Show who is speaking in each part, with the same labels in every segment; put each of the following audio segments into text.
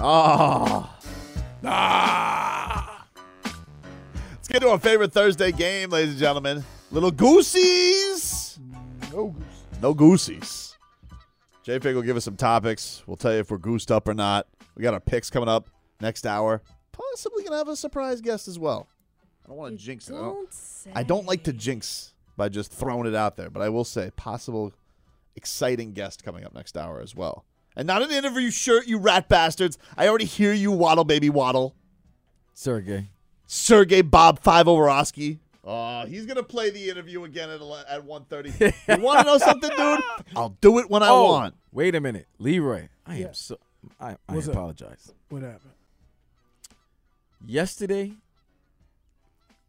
Speaker 1: Oh,
Speaker 2: Ah!
Speaker 1: let's get to our favorite Thursday game, ladies and gentlemen. Little Goosies.
Speaker 2: No goose.
Speaker 1: No Goosies. JPig will give us some topics. We'll tell you if we're goosed up or not. We got our picks coming up next hour. Possibly going to have a surprise guest as well. I don't want to jinx it. I don't-
Speaker 3: Don't say.
Speaker 1: I don't like to jinx by just throwing it out there, but I will say possible exciting guest coming up next hour as well. And not an interview shirt, you rat bastards. I already hear you waddle baby waddle.
Speaker 2: Sergey.
Speaker 1: Sergey Bob Five Overosky. Oh, he's gonna play the interview again at ele- at one thirty. you want to know something, dude? I'll do it when I
Speaker 2: Oh.
Speaker 1: want.
Speaker 2: Wait a minute, Leroy. I am so. I, I
Speaker 4: What's up?
Speaker 2: apologize.
Speaker 4: What happened?
Speaker 2: Yesterday,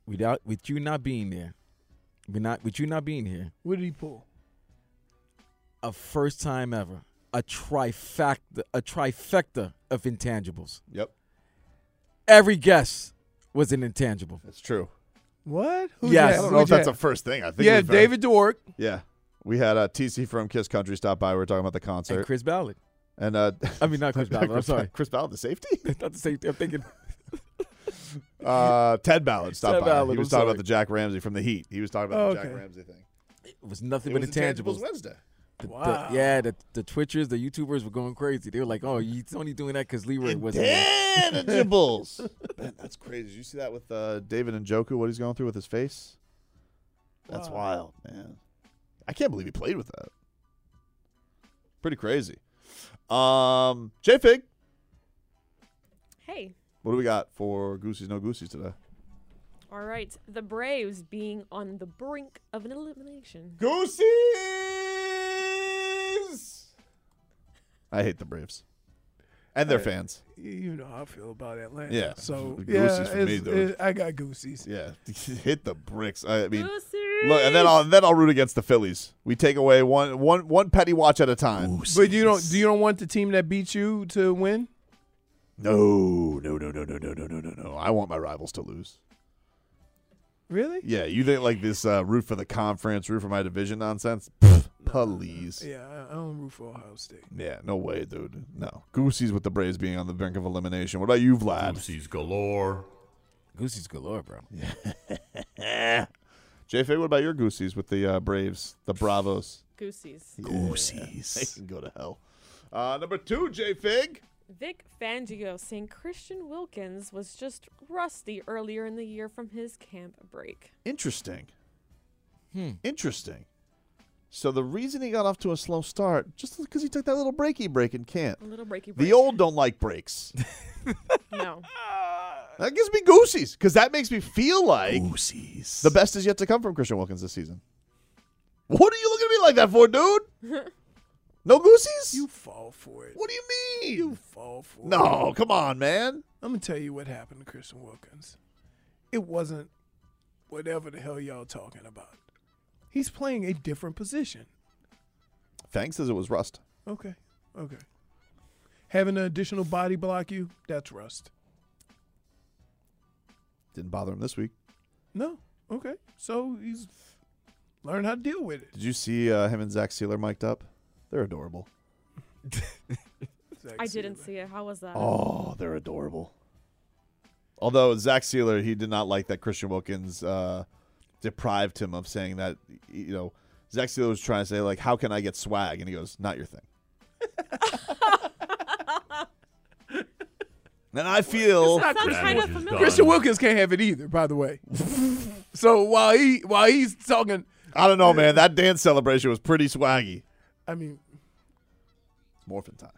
Speaker 2: without with you not being there, with not with you not being here,
Speaker 4: What did he pull?
Speaker 2: a first time ever, a trifecta, a trifecta of intangibles.
Speaker 1: Yep,
Speaker 2: Every guess was an intangible.
Speaker 1: that's true.
Speaker 4: What?
Speaker 2: Yes.
Speaker 1: I
Speaker 2: I
Speaker 1: don't
Speaker 2: don't
Speaker 1: know if that's a first thing. I think.
Speaker 4: yeah,
Speaker 1: it was very-
Speaker 4: David Dork.
Speaker 1: Yeah, we had uh, TC from Kiss Country stop by. We were talking about the concert
Speaker 2: And Chris Ballard.
Speaker 1: and uh,
Speaker 2: I mean, not Chris Ballard. I'm sorry.
Speaker 1: Chris Ballard, the safety.
Speaker 2: Not the same. I'm thinking.
Speaker 1: Uh, Ted Ballard stopped
Speaker 2: Ted
Speaker 1: by. he
Speaker 2: Ballard,
Speaker 1: was
Speaker 2: I'm
Speaker 1: talking about
Speaker 2: sorry.
Speaker 1: the Jack Ramsey from the Heat. He was talking about the Jack
Speaker 4: Okay.
Speaker 1: Ramsey thing.
Speaker 2: It was nothing
Speaker 1: It
Speaker 2: but
Speaker 1: was Intangibles
Speaker 2: intangibles.
Speaker 1: Wednesday.
Speaker 2: The- the-
Speaker 4: Wow.
Speaker 2: yeah, the, the Twitchers, the YouTubers were going crazy. They were like, "Oh, he's only doing that because Leroy wasn't." there."
Speaker 1: Intangibles. Man, that's crazy. Did you see that with uh, David and Joku? What he's going through with his face? That's wild, man. I can't believe he played with that. Pretty crazy. Um, J Fig,
Speaker 3: Hey,
Speaker 1: what do we got for Goosies No Goosies today?
Speaker 3: all right. The Braves being on the brink of an elimination.
Speaker 1: Goosies. I hate the Braves and their fans.
Speaker 4: You- You know how I feel about Atlanta.
Speaker 1: Yeah.
Speaker 4: So
Speaker 1: Goosies
Speaker 4: yeah,
Speaker 1: for me,
Speaker 4: it's-
Speaker 1: though.
Speaker 4: it- I got goosies.
Speaker 1: Yeah, hit the bricks. I mean,
Speaker 3: Lucy!
Speaker 1: look, and then I'll then I'll root against the Phillies. We take away one one one petty watch at a time.
Speaker 4: But you don't. Do you don't want the team that beat you to win?
Speaker 1: No, no, no, no, no, no, no, no, no, no. I want my rivals to lose.
Speaker 4: Really?
Speaker 1: Yeah, you think like this uh, root for the conference, root for my division nonsense? Pfft, Please.
Speaker 4: Yeah. I, I don't root for Ohio State.
Speaker 1: Yeah, no way, dude. No. Goosies with the Braves being on the brink of elimination. What about you, Vlad?
Speaker 5: Goosies galore.
Speaker 2: Goosey's galore, bro.
Speaker 1: JFA, what about your Goosies with the uh, Braves, the Bravos?
Speaker 3: Goosies.
Speaker 1: Goosies. They can go to hell. Uh, number two, J Fig.
Speaker 3: Vic Fangio saying Christian Wilkins was just rusty earlier in the year from his camp break.
Speaker 1: Interesting. Hmm. Interesting. So the reason he got off to a slow start, just because he took that little breaky break in camp.
Speaker 3: A little breaky break.
Speaker 1: The old don't like breaks.
Speaker 3: No.
Speaker 1: that gives me goosies because that makes me feel like the best is yet to come from Christian Wilkins this season. What are you looking at me like that for, dude? no goosies?
Speaker 4: You fall for it.
Speaker 1: what do you mean?
Speaker 4: You fall for it.
Speaker 1: no, come on, man.
Speaker 4: I'm gonna tell you what happened to Christian Wilkins. It wasn't whatever the hell y'all talking about. He's playing a different position.
Speaker 1: Fang says it was rust.
Speaker 4: Okay. Okay. Having an additional body block you, that's rust.
Speaker 1: Didn't bother him this week.
Speaker 4: No. Okay. So he's learned how to deal with it.
Speaker 1: Did you see uh, him and Zach Sealer mic'd up? They're adorable.
Speaker 4: Zach.
Speaker 3: I didn't
Speaker 4: Sealer.
Speaker 3: see it. How was that?
Speaker 1: Oh, they're adorable. Although Zach Sealer, he did not like that Christian Wilkins uh, deprived him of saying that. You know, Zach Sealer was trying to say like, "How can I get swag?" And he goes, "Not your thing." and I feel
Speaker 3: That sounds kind of
Speaker 5: Damage is
Speaker 3: familiar.
Speaker 5: done.
Speaker 4: Christian Wilkins can't have it either, by the way. so while he while he's talking,
Speaker 1: I don't know, man. That dance celebration was pretty swaggy.
Speaker 4: I mean,
Speaker 1: It's morphin time.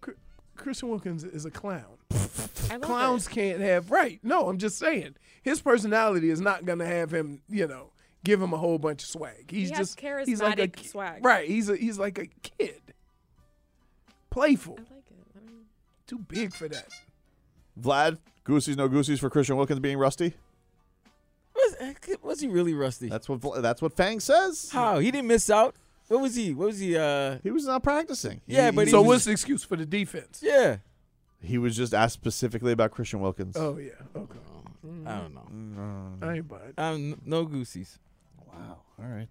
Speaker 4: Chr- Christian Wilkins is a clown.
Speaker 3: I love it.
Speaker 4: Clowns can't have right. No, I'm just saying his personality is not gonna have him. You know, give him a whole bunch of swag. He's
Speaker 3: has
Speaker 4: just he's like a
Speaker 3: charismatic
Speaker 4: ki-
Speaker 3: swag.
Speaker 4: Right. He's a he's like a kid, playful,
Speaker 3: I like it. I don't know.
Speaker 4: too big for that.
Speaker 1: Vlad, goosies no goosies for Christian Wilkins being rusty.
Speaker 2: Was, eh, was he really rusty?
Speaker 1: That's what Vla- that's what Fang says.
Speaker 2: How he didn't miss out? What was he? What was he? Uh,
Speaker 1: He was not practicing.
Speaker 2: Yeah,
Speaker 1: He-
Speaker 2: but he
Speaker 4: so
Speaker 2: was-
Speaker 4: what's the excuse for the defense?
Speaker 2: yeah.
Speaker 1: he was just asked specifically about Christian Wilkins.
Speaker 4: Oh yeah. Okay.
Speaker 2: I don't know.
Speaker 4: I ain't buying. it.
Speaker 2: Um, no goosies.
Speaker 1: Wow. All right.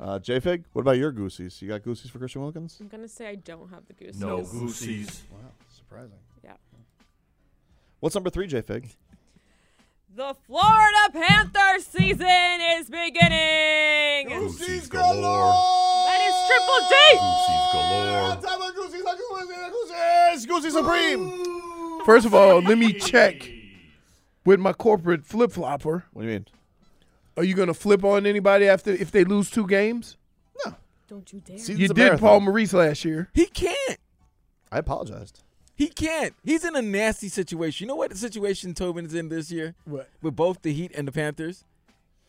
Speaker 1: Uh, JFig, what about your goosies? You got goosies for Christian Wilkins?
Speaker 3: I'm gonna say I don't have the goose.
Speaker 5: No
Speaker 3: goose.
Speaker 5: goosies.
Speaker 1: Wow, surprising.
Speaker 3: Yeah.
Speaker 1: What's number three, JFig?
Speaker 3: The Florida Panther season is beginning.
Speaker 5: Goosies galore.
Speaker 3: That is triple D.
Speaker 5: Goosies galore.
Speaker 1: Goosies, goosies, goosies supreme.
Speaker 4: First of all, let me check with my corporate flip flopper.
Speaker 1: What do you mean?
Speaker 4: Are you gonna flip on anybody after if they lose two games?
Speaker 3: Don't you dare.
Speaker 1: Season's
Speaker 4: you
Speaker 1: a
Speaker 4: did
Speaker 1: marathon.
Speaker 4: Paul Maurice last year.
Speaker 2: He can't.
Speaker 1: I apologized.
Speaker 2: He can't. He's in a nasty situation. You know what situation Tobin's in this year?
Speaker 4: What?
Speaker 2: With both the Heat and the Panthers.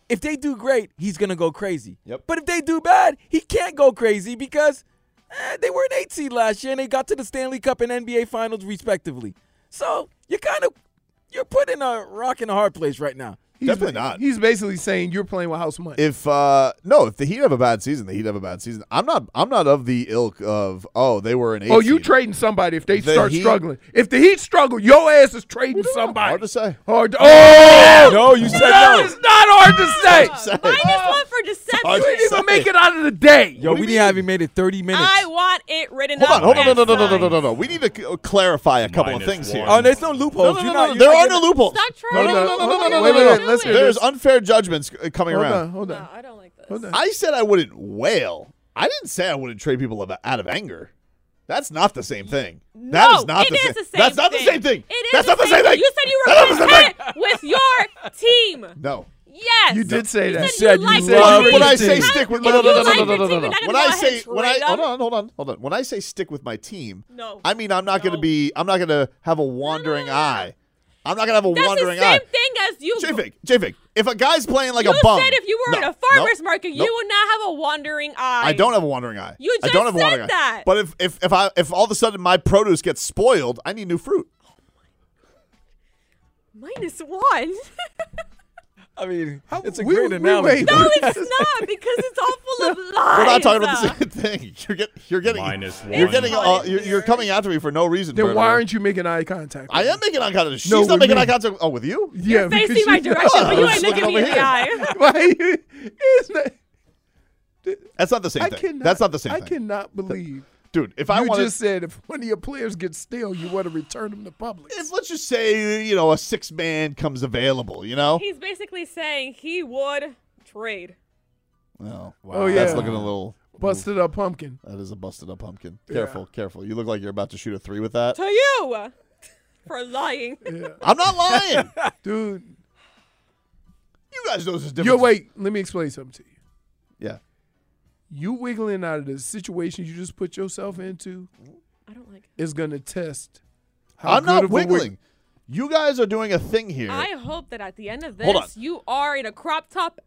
Speaker 2: If they do great, he's gonna go crazy.
Speaker 1: Yep.
Speaker 2: But if they do bad, he can't go crazy because eh, they were an eight seed last year and they got to the Stanley Cup and NBA Finals respectively. So you're kind of you're put in a rock and a hard place right now.
Speaker 4: He's
Speaker 1: Definitely
Speaker 4: ba-
Speaker 1: not.
Speaker 4: He's basically saying you're playing with house money.
Speaker 1: If uh no, if the Heat have a bad season, the Heat have a bad season. I'm not. I'm not of the ilk of oh they were an eight.
Speaker 4: oh, you
Speaker 1: seed.
Speaker 4: trading somebody if they
Speaker 1: The
Speaker 4: start
Speaker 1: Heat-
Speaker 4: struggling. If the Heat struggle, your ass is trading somebody.
Speaker 1: Hard to say.
Speaker 4: Hard to- oh
Speaker 2: No, you said no.
Speaker 4: It's not hard to say.
Speaker 3: Minus one for
Speaker 1: hard
Speaker 3: deception.
Speaker 1: to
Speaker 4: You didn't even make it out of the day.
Speaker 2: Yo, we didn't have him made it 30 minutes.
Speaker 3: I want it written
Speaker 1: Hold on.
Speaker 3: up.
Speaker 1: Hold on. No,
Speaker 3: and
Speaker 1: no, no, no, no, no,
Speaker 3: signed.
Speaker 1: no, no. We need to c- clarify a couple of
Speaker 5: Minus
Speaker 1: things here.
Speaker 5: one.
Speaker 2: oh, there's no
Speaker 1: No,
Speaker 2: loopholes.
Speaker 1: no,
Speaker 2: You're
Speaker 1: no, no.
Speaker 2: not- you're
Speaker 1: There
Speaker 2: not
Speaker 1: are
Speaker 2: gonna-
Speaker 1: no loopholes.
Speaker 3: Stop
Speaker 4: No,
Speaker 3: trying.
Speaker 4: no,
Speaker 3: to
Speaker 4: no, no, no, no,
Speaker 3: What
Speaker 4: wait,
Speaker 3: are
Speaker 4: wait,
Speaker 3: you
Speaker 4: wait, let's
Speaker 3: doing?
Speaker 4: hear
Speaker 1: There's
Speaker 4: this.
Speaker 1: unfair judgments uh, coming
Speaker 4: Hold
Speaker 1: around.
Speaker 4: on, hold on.
Speaker 3: No, I don't like this.
Speaker 4: Hold on.
Speaker 1: I said I wouldn't wail. I didn't say I wouldn't trade people of- out of anger. That's not the same thing. that
Speaker 3: No,
Speaker 1: is not
Speaker 3: it
Speaker 1: the, same.
Speaker 3: is the same
Speaker 1: That's not the same thing.
Speaker 3: It is
Speaker 1: That's not the same thing.
Speaker 3: You said you
Speaker 1: That's
Speaker 3: were
Speaker 1: not the same
Speaker 3: content with your team.
Speaker 1: No.
Speaker 3: Yes.
Speaker 4: You did say that.
Speaker 3: You
Speaker 2: You
Speaker 3: said
Speaker 2: said
Speaker 3: you
Speaker 2: you
Speaker 3: like
Speaker 2: said you
Speaker 3: the
Speaker 2: loved
Speaker 1: When I
Speaker 2: Please
Speaker 1: say
Speaker 2: do.
Speaker 1: stick with
Speaker 3: If
Speaker 1: no no
Speaker 3: you
Speaker 1: no no
Speaker 3: like
Speaker 1: no no no
Speaker 3: the
Speaker 1: no
Speaker 3: team,
Speaker 1: no.
Speaker 3: you're not
Speaker 1: When
Speaker 3: gonna
Speaker 1: I
Speaker 3: go ahead
Speaker 1: say
Speaker 3: and
Speaker 1: when I
Speaker 3: trade
Speaker 1: hold
Speaker 3: them.
Speaker 1: on hold on hold on hold on. When I say stick with my team,
Speaker 3: No.
Speaker 1: I mean I'm not going to
Speaker 3: No.
Speaker 1: be I'm not going to have a wandering
Speaker 3: no, no.
Speaker 1: eye. I'm not going to have a
Speaker 3: That's the
Speaker 1: wandering
Speaker 3: same
Speaker 1: eye.
Speaker 3: thing as you.
Speaker 1: Jfig, Jfig. If a guy's playing like
Speaker 3: you
Speaker 1: a bum,
Speaker 3: said if you were
Speaker 1: no,
Speaker 3: in a farmer's
Speaker 1: no,
Speaker 3: market,
Speaker 1: no.
Speaker 3: you would not have a wandering eye.
Speaker 1: I don't have a wandering eye.
Speaker 3: You
Speaker 1: I don't
Speaker 3: just
Speaker 1: have a wandering
Speaker 3: said
Speaker 1: eye.
Speaker 3: that.
Speaker 1: But if, if if I if all of a sudden my produce gets spoiled, I need new fruit.
Speaker 3: Minus one.
Speaker 2: I mean, it's a
Speaker 4: we-
Speaker 2: great
Speaker 4: we
Speaker 2: analogy.
Speaker 4: wait.
Speaker 2: though.
Speaker 3: no, it's not because it's all full of lies.
Speaker 1: We're not talking about the same thing. You're getting you're getting
Speaker 5: Minus
Speaker 1: you're
Speaker 5: one.
Speaker 1: getting uh,
Speaker 3: Minus
Speaker 1: you're, you're coming after me for no reason.
Speaker 4: Then
Speaker 1: Bernard.
Speaker 4: why aren't you making eye contact?
Speaker 1: I am making eye contact. She's
Speaker 4: No,
Speaker 1: not
Speaker 4: with
Speaker 1: making
Speaker 4: me.
Speaker 1: eye contact. Oh, with you?
Speaker 4: Yeah,
Speaker 3: You're facing
Speaker 4: because
Speaker 3: my
Speaker 4: you-
Speaker 3: direction, but you ain't
Speaker 1: Looking
Speaker 3: looking
Speaker 1: over
Speaker 3: me in the
Speaker 1: here.
Speaker 3: eye.
Speaker 4: Why? It's not,
Speaker 1: That's not the same
Speaker 4: I
Speaker 1: thing.
Speaker 4: cannot.
Speaker 1: That's not the same
Speaker 4: I
Speaker 1: thing,
Speaker 4: cannot believe.
Speaker 1: dude. If I
Speaker 4: you
Speaker 1: want
Speaker 4: just said if one of your players gets stale, you want to return them to public.
Speaker 1: if let's just say you know a six man comes available, you know.
Speaker 3: He's basically saying he would trade.
Speaker 1: Oh, wow.
Speaker 4: Oh,
Speaker 1: That's
Speaker 4: yeah.
Speaker 1: looking a little.
Speaker 4: Busted up pumpkin.
Speaker 1: That is a busted up pumpkin. Careful, careful. You look like you're about to shoot a three with that.
Speaker 3: To you for lying.
Speaker 1: I'm not lying.
Speaker 4: Dude,
Speaker 1: you guys know this is different.
Speaker 4: yo, wait. Let me explain something to you.
Speaker 1: Yeah.
Speaker 4: You wiggling out of the situation you just put yourself into
Speaker 3: I don't like it.
Speaker 4: is going to test how
Speaker 1: I'm
Speaker 4: good
Speaker 1: not
Speaker 4: of a wig-
Speaker 1: wiggling. You guys are doing a thing here.
Speaker 3: I hope that at the end of
Speaker 1: Hold
Speaker 3: this,
Speaker 1: on.
Speaker 3: you are in a crop top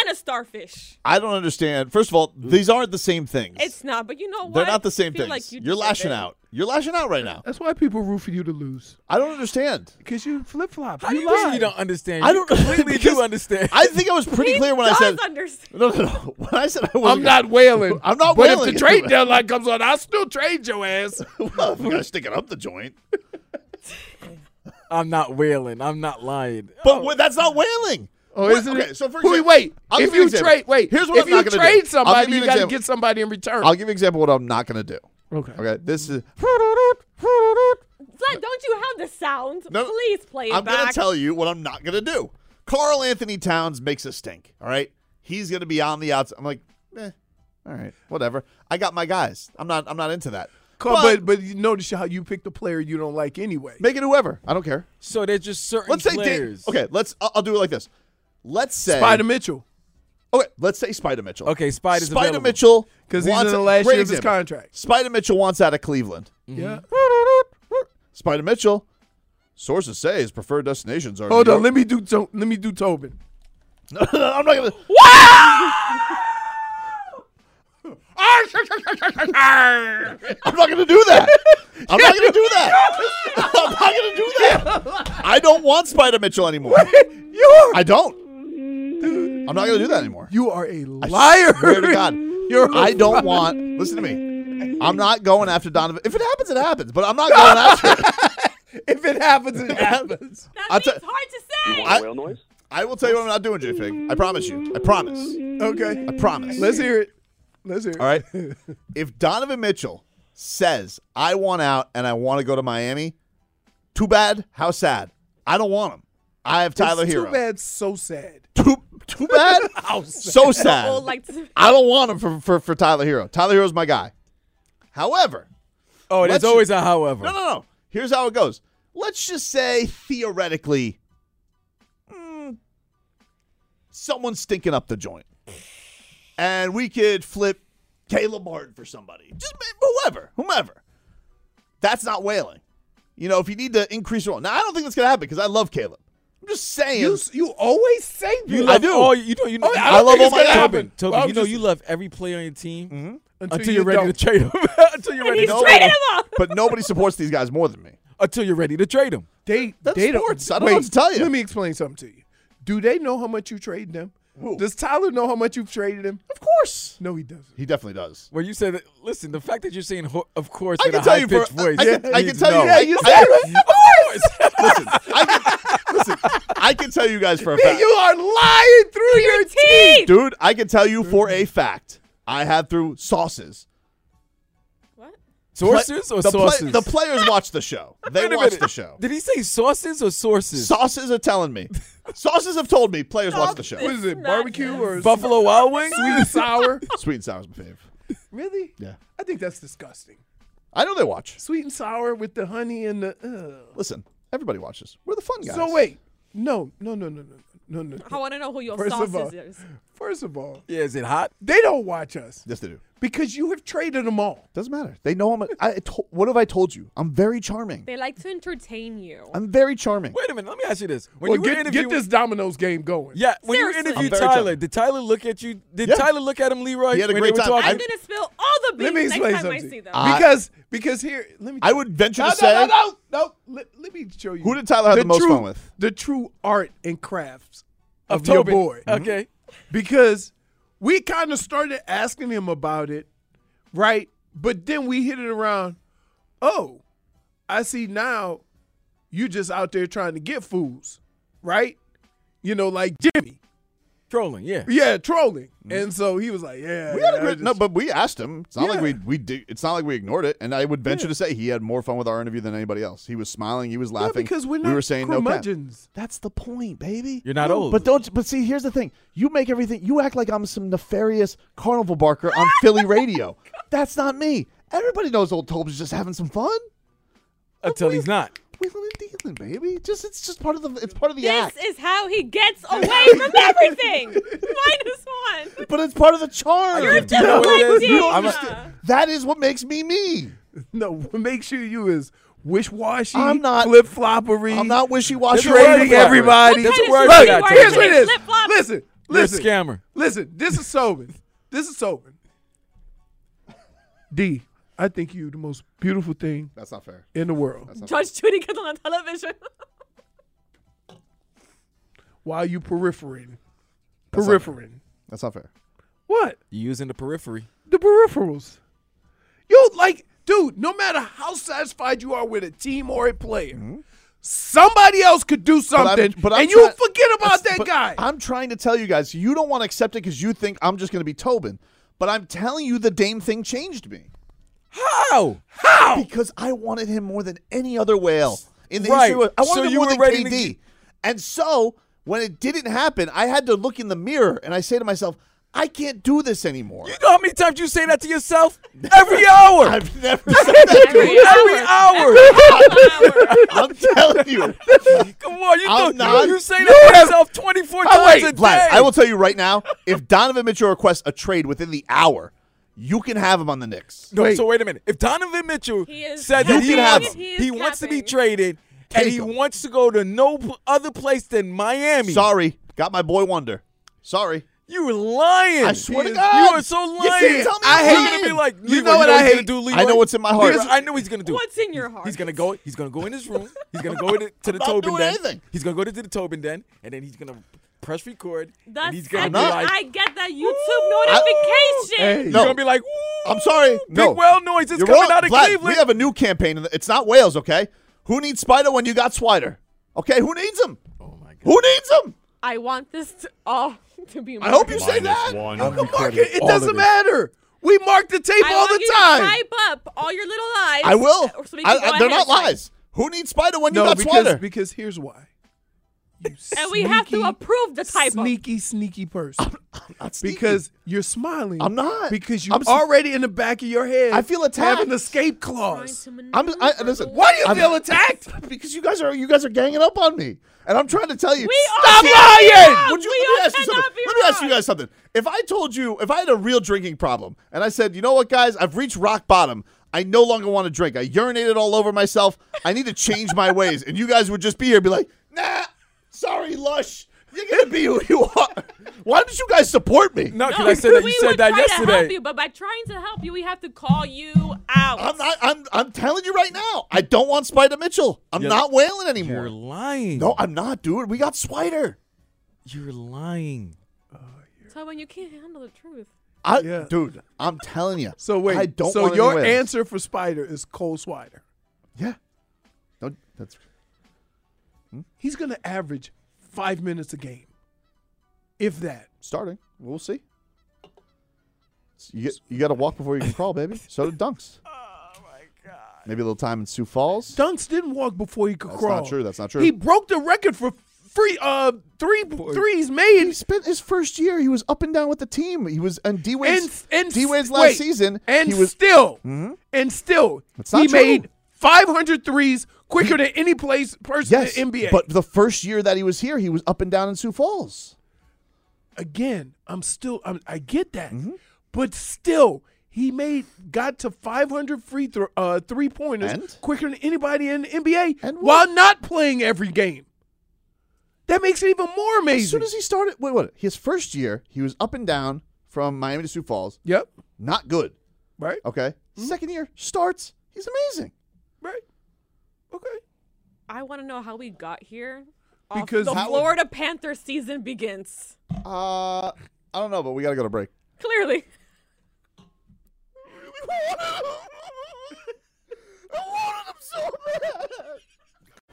Speaker 3: and a starfish.
Speaker 1: I don't understand. First of all, these aren't the same things.
Speaker 3: It's not, but you know what?
Speaker 1: They're not the
Speaker 3: I
Speaker 1: same
Speaker 3: feel
Speaker 1: things.
Speaker 3: like you
Speaker 1: you are
Speaker 3: deserve
Speaker 1: lashing
Speaker 3: it.
Speaker 1: out. You're lashing out right now.
Speaker 4: That's why people root for you to lose.
Speaker 1: I don't understand.
Speaker 4: Because you flip flop.
Speaker 2: How do
Speaker 4: You
Speaker 2: you mean
Speaker 4: lie.
Speaker 2: you don't understand?
Speaker 1: I
Speaker 2: You
Speaker 1: don't
Speaker 2: completely
Speaker 1: because
Speaker 2: do understand.
Speaker 1: I think I was pretty
Speaker 3: He
Speaker 1: clear when I
Speaker 3: does
Speaker 1: said
Speaker 3: understand.
Speaker 1: no, no, no. When I said I was
Speaker 4: I'm not wailing.
Speaker 1: I'm not
Speaker 4: but
Speaker 1: wailing.
Speaker 4: if the trade deadline comes on, I'll still trade your ass.
Speaker 1: well, if you're gonna stick it up the joint.
Speaker 2: I'm not wailing. I'm not lying.
Speaker 1: But wh- that's not wailing.
Speaker 4: Oh,
Speaker 1: What-
Speaker 4: isn't
Speaker 1: okay,
Speaker 4: it?
Speaker 1: so for
Speaker 4: wait,
Speaker 1: example-
Speaker 4: wait.
Speaker 1: I'll
Speaker 4: if
Speaker 1: give you
Speaker 4: you
Speaker 1: an example.
Speaker 4: trade, wait.
Speaker 1: Here's what
Speaker 4: if
Speaker 1: I'm
Speaker 4: you
Speaker 1: not gonna do.
Speaker 4: trade
Speaker 1: I'll
Speaker 4: somebody,
Speaker 1: give you
Speaker 4: you
Speaker 1: an
Speaker 4: got to
Speaker 1: example.
Speaker 4: get somebody in return.
Speaker 1: I'll give you an example of what I'm not gonna do.
Speaker 4: okay.
Speaker 1: Okay, this is
Speaker 3: on, don't you have the sound?
Speaker 1: No,
Speaker 3: Please play it
Speaker 1: I'm
Speaker 3: back.
Speaker 1: gonna tell you what I'm not gonna do. Carl Anthony Towns makes a stink. All right, he's gonna be on the outside. I'm like, eh, all right, whatever. I got my guys. I'm not. I'm not into that.
Speaker 4: Carl,
Speaker 1: But-
Speaker 4: but, but you notice how you picked a player you don't like anyway.
Speaker 1: Make it whoever. I don't care.
Speaker 2: So there's just certain
Speaker 1: Let's say Dan-
Speaker 2: players.
Speaker 1: okay. Let's. I'll, I'll do it like this. Let's say
Speaker 4: Spider Mitchell,
Speaker 1: Okay, let's say Spider Mitchell.
Speaker 2: Okay, Spider's
Speaker 1: Spider
Speaker 2: available.
Speaker 1: Mitchell
Speaker 4: 'Cause he's
Speaker 1: wants-
Speaker 4: in the last
Speaker 1: great
Speaker 4: year of his
Speaker 1: example.
Speaker 4: contract.
Speaker 1: Spider Mitchell wants out of Cleveland.
Speaker 4: yeah.
Speaker 1: Spider Mitchell. Sources say his preferred destinations are.
Speaker 4: Hold
Speaker 1: New
Speaker 4: on,
Speaker 1: York-
Speaker 4: let me do to- let me do Tobin.
Speaker 1: No, no, no, I'm not gonna. I'm not gonna do that. I'm not gonna do that. I'm not gonna do that. I don't want Spider Mitchell anymore.
Speaker 4: You're
Speaker 1: I don't. I'm not gonna do that anymore.
Speaker 4: you are a
Speaker 1: I
Speaker 4: liar.
Speaker 1: Swear to God, I don't want. Listen to me. I'm not going after Donovan. If it happens, it happens. But I'm not going after. it.
Speaker 4: if it happens, it happens.
Speaker 3: that
Speaker 1: I'll
Speaker 3: means
Speaker 1: tell-
Speaker 3: hard to say.
Speaker 1: I, I will tell you what I'm not doing, J Fig. I promise you. I promise.
Speaker 4: Okay,
Speaker 1: I promise.
Speaker 4: let's hear it. Let's hear it.
Speaker 1: All right. if Donovan Mitchell says, I want out and I want to go to Miami, too bad. How sad. I don't want him. I have Tyler
Speaker 4: it's
Speaker 1: Hero.
Speaker 4: Too bad, so sad.
Speaker 1: Too, too bad? So sad.
Speaker 3: Well, like, to-
Speaker 1: I don't want him for, for, for Tyler Hero. Tyler Hero's my guy. However,
Speaker 2: Oh,
Speaker 1: Let's-
Speaker 2: there's always a however.
Speaker 1: no, no, no. Here's how it goes. Let's just say, theoretically, mm, someone's stinking up the joint. And we could flip Caleb Martin for somebody. Just ma- whoever, whomever. That's not whaling. You know, if you need to increase your own. Now, I don't think that's going to happen because I love Caleb. I'm just saying.
Speaker 4: You you always say that.
Speaker 2: You
Speaker 1: I
Speaker 2: love
Speaker 1: do.
Speaker 2: All, you know, you know,
Speaker 4: Oh, yeah, I
Speaker 2: I,
Speaker 4: don't
Speaker 2: love
Speaker 4: think
Speaker 2: all
Speaker 4: it's
Speaker 2: my
Speaker 4: gonna
Speaker 2: Tobin.
Speaker 4: happen.
Speaker 2: Toby,
Speaker 4: Well,
Speaker 2: you know,
Speaker 4: just-
Speaker 2: you love every player on your team
Speaker 4: until,
Speaker 2: until, you're ready
Speaker 4: don't.
Speaker 2: to trade him. until you're
Speaker 3: and
Speaker 2: ready
Speaker 3: he's
Speaker 2: to
Speaker 1: No.
Speaker 2: trade
Speaker 3: trading
Speaker 2: him.
Speaker 3: him up.
Speaker 1: but nobody supports these guys more than me.
Speaker 2: Until you're ready to trade him.
Speaker 4: They
Speaker 1: That's
Speaker 4: they
Speaker 1: sports. I
Speaker 4: Don't,
Speaker 1: don't know what to tell you.
Speaker 4: Let me explain something to you. Do they know how much you trade them? Does Tyler know how much you've traded him?
Speaker 1: Of course.
Speaker 4: No, he doesn't.
Speaker 1: He definitely does.
Speaker 2: Where you said, that, listen, the fact that you're saying, ho- of course,
Speaker 1: I
Speaker 2: in a
Speaker 1: can tell you
Speaker 2: high
Speaker 1: for-
Speaker 2: pitched voice.
Speaker 1: I- I can- I can
Speaker 2: means
Speaker 1: tell you-
Speaker 2: no.
Speaker 1: Yeah, you said it.
Speaker 2: Of course.
Speaker 1: Listen, I can, listen, I can tell you guys for a
Speaker 4: Man,
Speaker 1: fact.
Speaker 4: you are lying through your, teeth.
Speaker 1: Dude, I can tell you for
Speaker 4: Mm-hmm.
Speaker 1: a fact. I have through sauces.
Speaker 3: What?
Speaker 2: Sources or
Speaker 1: the pla-
Speaker 2: sauces?
Speaker 1: the players watch the show. They
Speaker 2: Wait a
Speaker 1: watch
Speaker 2: minute.
Speaker 1: the show.
Speaker 2: Did he say sauces or sources?
Speaker 1: Sauces are telling me. Sauces have told me players watch the
Speaker 4: What
Speaker 1: show.
Speaker 4: is it?
Speaker 3: Not
Speaker 4: Barbecue or
Speaker 2: Buffalo Wild Wings?
Speaker 4: sweet and sour?
Speaker 1: Sweet and sour's my fave.
Speaker 4: really?
Speaker 1: Yeah.
Speaker 4: I think that's disgusting.
Speaker 1: I know they watch.
Speaker 4: Sweet and sour with the honey and the. ugh.
Speaker 1: Listen, everybody watches. We're the fun guys.
Speaker 4: So wait, no, no, no, no, no, no, no.
Speaker 3: I
Speaker 4: no.
Speaker 3: want to know who your
Speaker 4: First of all-
Speaker 3: sauces is.
Speaker 4: First of all,
Speaker 2: yeah, is it hot?
Speaker 4: they don't watch us
Speaker 1: Yes, they do.
Speaker 4: because you have traded them all.
Speaker 1: Doesn't matter. They know I'm. A, I to, what have I told you? I'm very charming.
Speaker 3: They like to entertain you.
Speaker 1: I'm very charming.
Speaker 2: Wait a minute. Let me ask you this. When
Speaker 4: Well,
Speaker 2: you were
Speaker 4: get,
Speaker 2: interviewing-
Speaker 4: get this Domino's game going.
Speaker 2: Yeah, when you
Speaker 3: Seriously.
Speaker 2: interviewed
Speaker 1: I'm very
Speaker 2: Tyler,
Speaker 1: jealous.
Speaker 2: did Tyler look at you? Did
Speaker 1: Yeah.
Speaker 2: Tyler look at him, Leroy?
Speaker 1: He had a
Speaker 2: when
Speaker 1: great
Speaker 2: they were
Speaker 1: time.
Speaker 2: talking?
Speaker 3: I'm gonna spill all the beans
Speaker 4: Let me
Speaker 3: next
Speaker 4: explain
Speaker 3: time I see
Speaker 4: something. Ah.
Speaker 3: them.
Speaker 1: I-
Speaker 4: because because here, let me.
Speaker 1: I would venture
Speaker 4: no,
Speaker 1: to
Speaker 4: no,
Speaker 1: say.
Speaker 4: no, no, no. Let, let me show you.
Speaker 1: Who did Tyler have the most
Speaker 4: true,
Speaker 1: fun with?
Speaker 4: The true art and crafts of, your
Speaker 2: Tobin.
Speaker 4: boy.
Speaker 1: Mm-hmm.
Speaker 2: Okay.
Speaker 4: because we kind of started asking him about it, right? But then we hit it around. Oh, I see now. You just out there trying to get fools, right? You know, like Jimmy.
Speaker 2: Trolling, yeah.
Speaker 4: Yeah, trolling. And so he was like, "Yeah."
Speaker 1: We had a
Speaker 4: yeah, I
Speaker 1: great, no,
Speaker 4: just-
Speaker 1: but we asked him. It's not like
Speaker 4: Yeah.
Speaker 1: we we di- it's not like we ignored it. And I would venture to say he had more fun with our interview than anybody else. He was smiling. He was
Speaker 4: Yeah,
Speaker 1: laughing.
Speaker 4: because we're not
Speaker 1: we were saying no. cap.
Speaker 4: curmudgeons.
Speaker 1: That's the point, baby.
Speaker 2: You're not old.
Speaker 1: But don't. But see, here's the thing. You make everything. You act like I'm some nefarious carnival barker on Philly radio. That's not me. Everybody knows old Tobin's just having some fun.
Speaker 2: Until he's not.
Speaker 1: Wheeling and dealing, baby. Just it's just part of the it's part of the
Speaker 3: This
Speaker 1: act.
Speaker 3: is how he gets away from everything. Minus one.
Speaker 1: but it's part of the charm.
Speaker 2: You're
Speaker 3: You know what it is?
Speaker 2: You don't
Speaker 3: I'm a-
Speaker 2: understand.
Speaker 1: That is what makes me me.
Speaker 4: No, what makes you you is wish washy.
Speaker 1: I'm not-
Speaker 4: flip floppery.
Speaker 1: I'm not wishy-washy.
Speaker 2: That's a word
Speaker 4: trading
Speaker 2: for it.
Speaker 4: everybody.
Speaker 2: That's a word
Speaker 3: What kind
Speaker 2: for
Speaker 3: of
Speaker 2: that,
Speaker 4: Look,
Speaker 3: word
Speaker 4: here's
Speaker 2: Tobin.
Speaker 4: what it is.
Speaker 3: Flip-flop.
Speaker 4: Listen,
Speaker 2: You're a
Speaker 4: listen,
Speaker 2: scammer.
Speaker 4: listen. This is Sobin. This is Sobin. D, I think you the most beautiful thing
Speaker 1: That's not fair.
Speaker 4: in the world.
Speaker 3: Judge Judy gets on television.
Speaker 4: While you peripherin,
Speaker 1: That's not fair.
Speaker 4: peripherin.
Speaker 1: That's not fair.
Speaker 4: What?
Speaker 2: You're using the periphery.
Speaker 4: The peripherals. Yo, like, dude, no matter how satisfied you are with a team or a player, somebody else could do
Speaker 1: Hmm? But I'm-
Speaker 4: something,
Speaker 1: but I'm
Speaker 4: and you
Speaker 1: try-
Speaker 4: forget about
Speaker 1: that's-
Speaker 4: that
Speaker 1: but
Speaker 4: guy.
Speaker 1: I'm trying to tell you guys, you don't want to accept it because you think I'm just going to be Tobin. But I'm telling you, the Dame thing changed me.
Speaker 2: How?
Speaker 1: because I wanted him more than any other whale in the
Speaker 2: Right.
Speaker 1: history. Of, I wanted
Speaker 2: So
Speaker 1: him
Speaker 2: you
Speaker 1: more
Speaker 2: were
Speaker 1: than
Speaker 2: ready to
Speaker 1: KD. and so when it didn't happen, I had to look in the mirror and I say to myself, I can't do this anymore.
Speaker 2: You know how many times you say that to yourself? Every hour.
Speaker 1: I've never said that to
Speaker 3: Every
Speaker 1: you.
Speaker 2: Every hour.
Speaker 1: I'm telling you.
Speaker 2: Come on, you
Speaker 1: I'm
Speaker 2: do,
Speaker 1: not-
Speaker 2: you say
Speaker 1: You
Speaker 2: that to
Speaker 1: have-
Speaker 2: yourself 24
Speaker 1: Oh,
Speaker 2: times
Speaker 1: wait,
Speaker 2: a day.
Speaker 1: Vlad, I will tell you right now, if Donovan Mitchell requests a trade within the hour, you can have him on the Knicks.
Speaker 2: No,
Speaker 4: Wait.
Speaker 2: so wait a minute. If Donovan Mitchell
Speaker 3: He is
Speaker 2: said
Speaker 1: You
Speaker 2: that he,
Speaker 1: can have
Speaker 2: wants,
Speaker 1: him.
Speaker 3: He
Speaker 2: he,
Speaker 3: is
Speaker 2: wants to be
Speaker 3: capping.
Speaker 2: traded and
Speaker 1: Take
Speaker 2: he
Speaker 1: him.
Speaker 2: wants to go to no p- other place than Miami.
Speaker 1: Sorry. Got my boy Wonder. Sorry.
Speaker 2: You were lying.
Speaker 1: I swear to
Speaker 2: He is-
Speaker 1: God.
Speaker 2: You are so
Speaker 1: You
Speaker 2: lying.
Speaker 1: see, tell me
Speaker 2: I
Speaker 1: I'm
Speaker 2: hate
Speaker 1: lying.
Speaker 2: to be like,
Speaker 4: You
Speaker 2: Leroy,
Speaker 4: know what
Speaker 2: you
Speaker 4: I
Speaker 2: he's
Speaker 4: hate?
Speaker 2: Gonna do, Leroy?
Speaker 1: I know what's in my heart.
Speaker 2: Bro, I know he's gonna do.
Speaker 3: What's
Speaker 2: it.
Speaker 3: in your heart?
Speaker 2: He's gonna go. He's gonna go in his room. He's gonna go to, to the
Speaker 1: not
Speaker 2: Tobin
Speaker 1: doing
Speaker 2: den.
Speaker 1: anything.
Speaker 2: He's gonna go to the Tobin den, and then he's gonna press record.
Speaker 3: That's
Speaker 2: and he's gonna
Speaker 3: I,
Speaker 2: be
Speaker 1: not-
Speaker 2: like,
Speaker 3: I get that YouTube notification.
Speaker 2: he's
Speaker 1: No.
Speaker 2: gonna be like,
Speaker 1: I'm sorry.
Speaker 2: "Ooh,
Speaker 1: no.
Speaker 2: Big well noise is
Speaker 1: You're
Speaker 2: coming
Speaker 1: wrong.
Speaker 2: out of
Speaker 1: Vlad,
Speaker 2: Cleveland.
Speaker 1: We have a new campaign. in the- It's not Wales, okay? Who needs Spider when you got Spider? Okay, who needs him? Oh my God. Who needs him?
Speaker 3: I want this to, all to be.
Speaker 1: I hope you say
Speaker 5: Minus
Speaker 1: that.
Speaker 5: one.
Speaker 1: You can mark
Speaker 4: It,
Speaker 1: it.
Speaker 4: it doesn't matter. We mark the tape
Speaker 3: I
Speaker 4: all
Speaker 3: want
Speaker 4: the
Speaker 3: you to
Speaker 4: time.
Speaker 3: type up all your little lies.
Speaker 1: I will.
Speaker 3: so we
Speaker 1: I- I-
Speaker 3: can go
Speaker 1: they're
Speaker 3: ahead
Speaker 1: not
Speaker 3: and find-
Speaker 1: lies. Who needs Spider when you
Speaker 4: no,
Speaker 1: got
Speaker 4: because,
Speaker 1: Spider?
Speaker 4: because here's why. You
Speaker 3: And we have to
Speaker 4: sneaky,
Speaker 3: approve the type of.
Speaker 4: Sneaky, sneaky person.
Speaker 1: Not sneaky.
Speaker 4: Because you're smiling.
Speaker 1: I'm not.
Speaker 4: Because you
Speaker 1: I'm s-
Speaker 4: already in the back of your head.
Speaker 1: I feel attacked.
Speaker 4: Have an escape clause.
Speaker 1: I'm. I, listen.
Speaker 4: Why do you
Speaker 1: I'm-
Speaker 4: feel attacked?
Speaker 1: Because you guys are you guys are ganging up on me, and I'm trying to tell you.
Speaker 3: We all
Speaker 1: stop
Speaker 3: cannot be
Speaker 1: lying.
Speaker 3: wrong.
Speaker 1: Would you,
Speaker 3: We
Speaker 1: let me
Speaker 3: all
Speaker 1: ask you
Speaker 3: cannot
Speaker 1: something.
Speaker 3: be
Speaker 1: Let me ask you
Speaker 3: wrong.
Speaker 1: guys something. If I told you, if I had a real drinking problem, and I said, you know what, guys, I've reached rock bottom. I no longer want to drink. I urinated all over myself. I need to change my ways. And you guys would just be here, and be like, nah, sorry, Lush. You're gonna be who you are. Why don't you guys support me?
Speaker 2: No, because
Speaker 3: No,
Speaker 2: I said that.
Speaker 3: we
Speaker 2: You
Speaker 3: would
Speaker 2: said that
Speaker 3: try To help
Speaker 2: yesterday.
Speaker 3: you, but by trying to help you, we have to call you out.
Speaker 1: I'm not. I'm. I'm telling you right now. I don't want Spider Mitchell. I'm not wailing anymore.
Speaker 2: You're lying.
Speaker 1: No, I'm not, dude. We got Swider.
Speaker 2: You're lying.
Speaker 3: So when you can't handle the truth,
Speaker 1: I,
Speaker 4: Yeah.
Speaker 1: dude, I'm telling you.
Speaker 4: So wait.
Speaker 1: I don't.
Speaker 4: so
Speaker 1: want
Speaker 4: your
Speaker 1: any whales.
Speaker 4: answer for Spider is Cole Swider.
Speaker 1: Yeah. No, that's
Speaker 4: He's going to average five minutes a game, if that.
Speaker 1: starting. We'll see. You get, you got to walk before you can crawl, baby. So did Dunks. Oh my god. Maybe a little time in Sioux Falls.
Speaker 4: Dunks didn't walk before he could
Speaker 1: That's not
Speaker 4: crawl.
Speaker 1: true. That's not true.
Speaker 4: He broke the record for free uh three threes made
Speaker 1: He spent his first year. He was up and down with the team. He was on D
Speaker 4: and
Speaker 1: Wade's
Speaker 4: and
Speaker 1: D Wade's last
Speaker 4: wait,
Speaker 1: season.
Speaker 4: And
Speaker 1: he was Mm-hmm.
Speaker 4: still and still
Speaker 1: That's
Speaker 4: he
Speaker 1: not true.
Speaker 4: made 500 threes quicker than any place person
Speaker 1: yes,
Speaker 4: in the NBA.
Speaker 1: But the first year that he was here, he was up and down in Sioux Falls.
Speaker 4: again, I'm still I'm, I get that,
Speaker 1: Mm-hmm.
Speaker 4: but still he made got to 500 free throw uh, three pointers
Speaker 1: And?
Speaker 4: quicker than anybody in the NBA
Speaker 1: And what?
Speaker 4: while not playing every game. That makes it even more amazing.
Speaker 1: As soon as he started, wait, what? His first year, he was up and down from Miami to Sioux Falls.
Speaker 4: yep,
Speaker 1: Not good.
Speaker 4: right,
Speaker 1: Okay. Second year starts. He's amazing.
Speaker 4: right, okay.
Speaker 3: I want to know how we got here. Off
Speaker 4: Because
Speaker 3: the
Speaker 4: how-
Speaker 3: Florida Panther season begins.
Speaker 1: Uh, I don't know, but we gotta go to break.
Speaker 3: Clearly.